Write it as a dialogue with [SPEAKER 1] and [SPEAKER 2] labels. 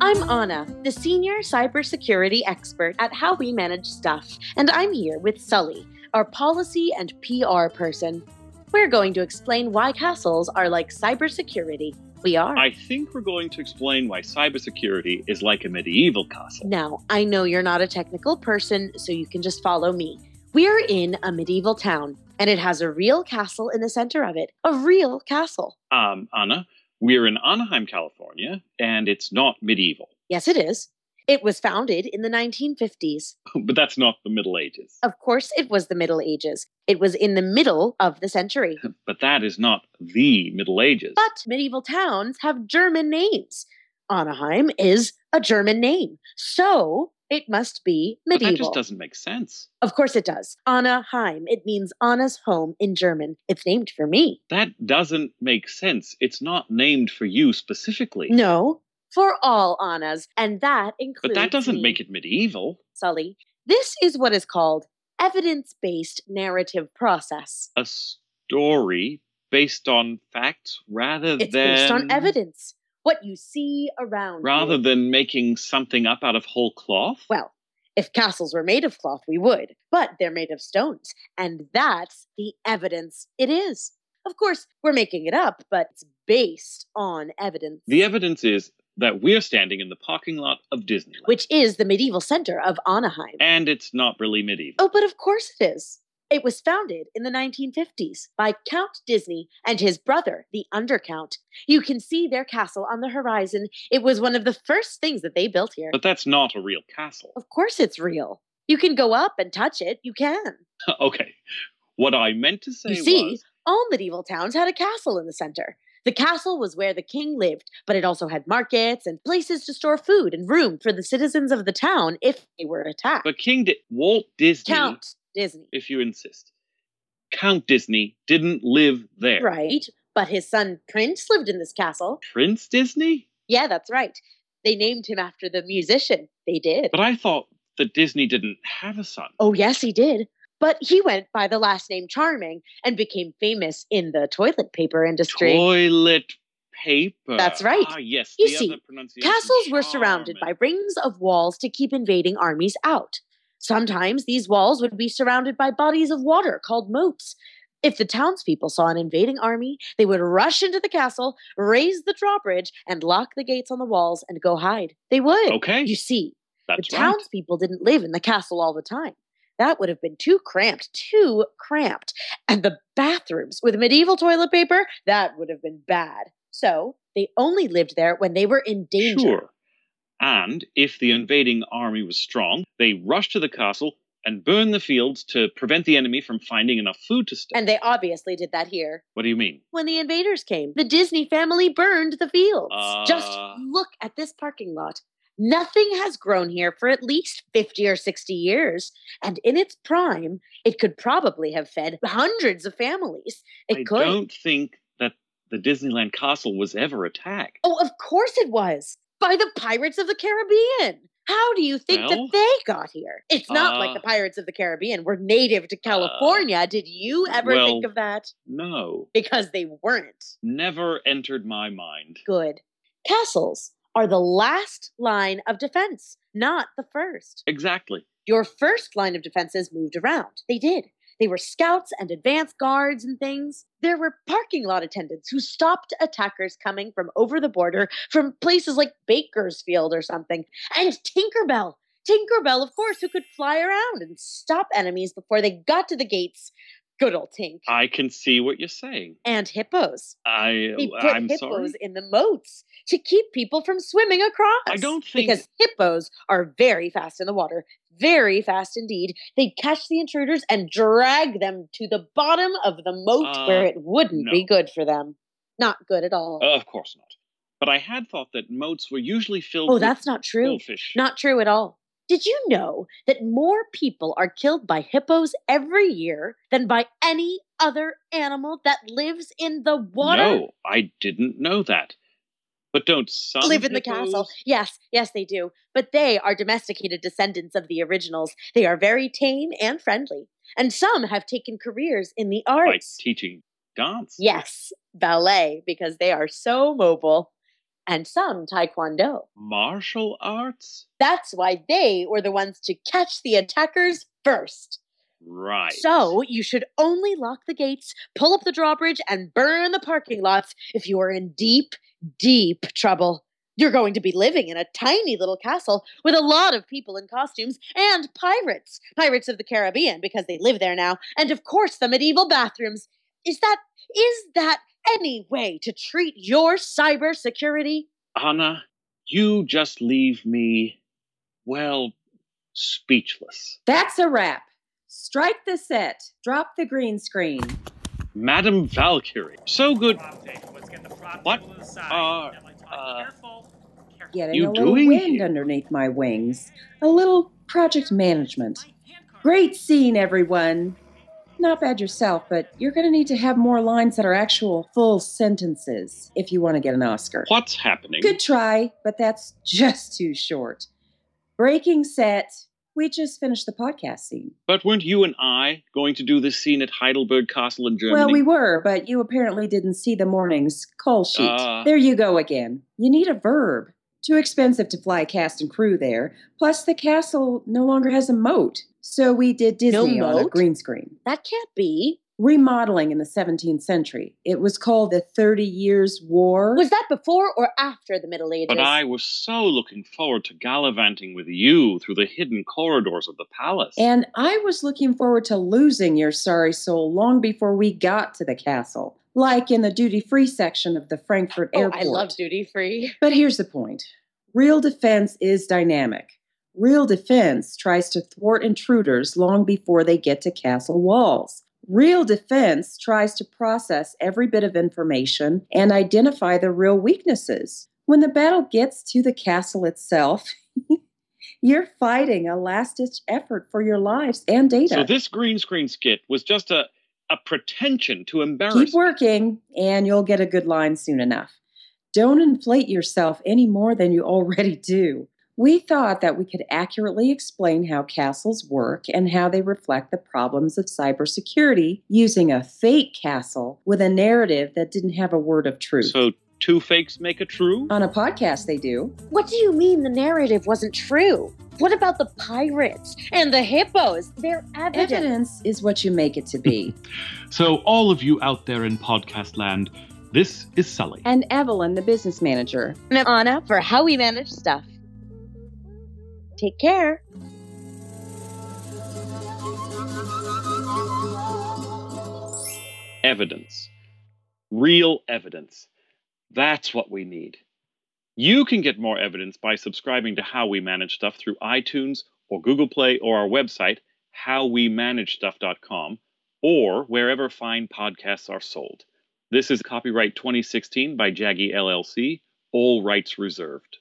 [SPEAKER 1] I'm Anna, the senior cybersecurity expert at How We Manage Stuff, and I'm here with Sully, our policy and PR person. We're going to explain why castles are like cybersecurity. We are.
[SPEAKER 2] I think we're going to explain why cybersecurity is like a medieval castle.
[SPEAKER 1] Now, I know you're not a technical person, so you can just follow me. We are in a medieval town, and it has a real castle in the center of it. A real castle.
[SPEAKER 2] Um, Anna, we're in Anaheim, California, and it's not medieval,
[SPEAKER 1] Yes, it is. It was founded in the 1950s.
[SPEAKER 2] but that's not the Middle Ages.
[SPEAKER 1] Of course, it was the Middle Ages. It was in the middle of the century.
[SPEAKER 2] But that is not the Middle Ages.
[SPEAKER 1] But medieval towns have German names. Anaheim is a German name. So it must be
[SPEAKER 2] But that
[SPEAKER 1] medieval.
[SPEAKER 2] just doesn't make sense.
[SPEAKER 1] of course it does. Anaheim. It means Anna's home in German. It's named for me.
[SPEAKER 2] That doesn't make sense. It's not named for you specifically.
[SPEAKER 1] No, for all Annas. And that
[SPEAKER 2] But
[SPEAKER 1] includes.
[SPEAKER 2] that doesn't
[SPEAKER 1] me,
[SPEAKER 2] make it medieval.
[SPEAKER 1] Sully. This is what is called evidence based narrative process.
[SPEAKER 2] A story based on facts rather
[SPEAKER 1] It's
[SPEAKER 2] than
[SPEAKER 1] based on evidence, what you see around. you.
[SPEAKER 2] rather than making something up out of whole cloth.
[SPEAKER 1] Well, if castles were made of cloth, we would, but they're made of stones, and that's the evidence it is. Of course, we're making it up, but it's based on evidence,
[SPEAKER 2] The evidence is that we're standing in the parking lot of Disneyland.
[SPEAKER 1] which is the medieval center of Anaheim.
[SPEAKER 2] and it's not really medieval.
[SPEAKER 1] Oh, but of course it is. It was founded in the 1950s by Count Disney and his brother, the Undercount. You can see their castle on the horizon. It was one of the first things that they built here.
[SPEAKER 2] But that's not a real castle.
[SPEAKER 1] Of course, it's real. You can go up and touch it. You can.
[SPEAKER 2] okay. What I meant to say
[SPEAKER 1] You see,
[SPEAKER 2] was
[SPEAKER 1] all medieval towns had a castle in the center. The castle was where the king lived, but it also had markets and places to store food and room for the citizens of the town if they were attacked.
[SPEAKER 2] but King Di- Walt Disney,
[SPEAKER 1] Count Disney.
[SPEAKER 2] if you insist, Count Disney didn't live there.
[SPEAKER 1] Right. But his son Prince lived in this castle.
[SPEAKER 2] Prince Disney?
[SPEAKER 1] Yeah, that's right. They named him after the musician. They did.
[SPEAKER 2] But I thought that Disney didn't have a son.
[SPEAKER 1] Oh, yes, he did. But he went by the last name Charming and became famous in the toilet paper industry.
[SPEAKER 2] Toilet paper.
[SPEAKER 1] That's right.
[SPEAKER 2] Ah, yes.
[SPEAKER 1] You
[SPEAKER 2] the
[SPEAKER 1] see,
[SPEAKER 2] other pronunciation,
[SPEAKER 1] Castles were surrounded by
[SPEAKER 2] charmin.
[SPEAKER 1] rings of walls to keep invading armies out. Sometimes these walls would be surrounded by bodies of water called moats. If the townspeople saw an invading army, they would rush into the castle, raise the drawbridge, and lock the gates on the walls and go hide. They would.
[SPEAKER 2] Okay.
[SPEAKER 1] You see,
[SPEAKER 2] that's
[SPEAKER 1] the
[SPEAKER 2] right.
[SPEAKER 1] townspeople didn't live in the castle all the time. That would have been too cramped, too cramped. And the bathrooms with medieval toilet paper, that would have been bad. So they only lived there when they were in danger.
[SPEAKER 2] Sure. And if the invading army was strong, they rushed to the castle and burned the fields to prevent the enemy from finding enough food to stay.
[SPEAKER 1] And they obviously did that here.
[SPEAKER 2] what do you mean?
[SPEAKER 1] When the invaders came, the Disney family burned the fields. Just
[SPEAKER 2] Ah.
[SPEAKER 1] look at this parking lot. Nothing has grown here for at least 50 or 60 years. And in its prime, it could probably have fed hundreds of families. It
[SPEAKER 2] I
[SPEAKER 1] could.
[SPEAKER 2] don't think that the Disneyland castle was ever attacked.
[SPEAKER 1] Oh, of course it was. By the Pirates of the Caribbean. How do you think
[SPEAKER 2] Well,
[SPEAKER 1] that they got here? It's not like
[SPEAKER 2] uh,
[SPEAKER 1] the Pirates of the Caribbean were native to California. Did you ever think
[SPEAKER 2] well-
[SPEAKER 1] of that?
[SPEAKER 2] No,
[SPEAKER 1] Because they weren't.
[SPEAKER 2] never entered my mind.
[SPEAKER 1] Good. Castles are the last line of defense, not the first.
[SPEAKER 2] Exactly.
[SPEAKER 1] Your first line of defenses moved around. They did. They were scouts and advance guards and things. There were parking lot attendants who stopped attackers coming from over the border from places like Bakersfield or something. And Tinkerbell. Tinkerbell, of course, who could fly around and stop enemies before they got to the gates. Good old Tink.
[SPEAKER 2] I can see what you're saying.
[SPEAKER 1] And hippos.
[SPEAKER 2] I
[SPEAKER 1] They put
[SPEAKER 2] I'm
[SPEAKER 1] hippos
[SPEAKER 2] sorry.
[SPEAKER 1] in the moats to keep people from swimming across.
[SPEAKER 2] I don't think-
[SPEAKER 1] because hippos are very fast in the water, very fast indeed. They catch the intruders and drag them to the bottom of the moat
[SPEAKER 2] Uh,
[SPEAKER 1] where it wouldn't be
[SPEAKER 2] no.
[SPEAKER 1] good for them. Not good at all.
[SPEAKER 2] Uh, of course not. But I had thought that moats were usually filled
[SPEAKER 1] oh,
[SPEAKER 2] with
[SPEAKER 1] that's not true.
[SPEAKER 2] goldfish.
[SPEAKER 1] Not true at all. Did you know that more people are killed by hippos every year than by any other animal that lives in the water?
[SPEAKER 2] No, I didn't know that. But don't some
[SPEAKER 1] live in the castle.
[SPEAKER 2] hippos-
[SPEAKER 1] Yes, yes, they do. But they are domesticated descendants of the originals. They are very tame and friendly. And some have taken careers in the
[SPEAKER 2] Like
[SPEAKER 1] arts.
[SPEAKER 2] teaching dance.
[SPEAKER 1] yes, ballet, because they are so mobile. and some taekwondo.
[SPEAKER 2] Martial arts?
[SPEAKER 1] That's why they were the ones to catch the attackers first.
[SPEAKER 2] Right.
[SPEAKER 1] So you should only lock the gates, pull up the drawbridge, and burn the parking lots if you are in deep, deep trouble. You're going to be living in a tiny little castle with a lot of people in costumes and pirates. Pirates of the Caribbean, because they live there now. And of course, the medieval bathrooms. Is that, is that any way to treat your cybersecurity?
[SPEAKER 2] Anna, you just leave me, well, speechless.
[SPEAKER 3] That's a wrap. Strike the set. Drop the green screen.
[SPEAKER 2] Madam Valkyrie, so good. What are, uh,
[SPEAKER 3] Getting
[SPEAKER 2] You
[SPEAKER 3] a little
[SPEAKER 2] doing
[SPEAKER 3] wind
[SPEAKER 2] here?
[SPEAKER 3] underneath my wings. A little project management. Great scene, everyone. Not bad yourself, but you're going to need to have more lines that are actual full sentences if you want to get an Oscar.
[SPEAKER 2] What's happening?
[SPEAKER 3] Good try, but that's just too short. Breaking set. We just finished the podcast scene.
[SPEAKER 2] But weren't you and I going to do this scene at Heidelberg Castle in Germany?
[SPEAKER 3] Well, we were, but you apparently didn't see the morning's call sheet.
[SPEAKER 2] Ah.
[SPEAKER 3] there you go again. You need a verb. Too expensive to fly cast and crew there. Plus, the castle no longer has a moat. So we did Disney on a
[SPEAKER 1] moat?
[SPEAKER 3] green screen.
[SPEAKER 1] That can't be.
[SPEAKER 3] Remodeling in the 17th century. It was called the Thirty Years' War.
[SPEAKER 1] Was that before or after the Middle Ages?
[SPEAKER 2] But I was so looking forward to gallivanting with you through the hidden corridors of the palace.
[SPEAKER 3] and I was looking forward to losing your sorry soul long before we got to the castle, like in the duty free section of the Frankfurt
[SPEAKER 1] oh,
[SPEAKER 3] airport.
[SPEAKER 1] I love duty free.
[SPEAKER 3] But here's the point real defense is dynamic. Real defense tries to thwart intruders long before they get to castle walls. Real defense tries to process every bit of information and identify the real weaknesses. When the battle gets to the castle itself, you're fighting a last ditch effort for your lives and data.
[SPEAKER 2] so this green screen skit was just a, a pretension to embarrass.
[SPEAKER 3] Keep working, and you'll get a good line soon enough. Don't inflate yourself any more than you already do. We thought that we could accurately explain how castles work and how they reflect the problems of cybersecurity using a fake castle with a narrative that didn't have a word of truth.
[SPEAKER 2] So two fakes make a true?
[SPEAKER 3] On a podcast, they do.
[SPEAKER 1] What do you mean the narrative wasn't true? What about the pirates and the hippos? They're evidence.
[SPEAKER 3] Evidence is what you make it to be.
[SPEAKER 2] so all of you out there in podcast land, this is Sully.
[SPEAKER 3] and Evelyn, the business manager,
[SPEAKER 1] And I'm Anna for how we manage stuff. Take care.
[SPEAKER 2] evidence. Real evidence. That's what we need. You can get more evidence by subscribing to How We Manage Stuff through iTunes or Google Play or our website, howwemanagestuff.com, or wherever fine podcasts are sold. This is copyright 2016 by Jaggy LLC, all rights reserved.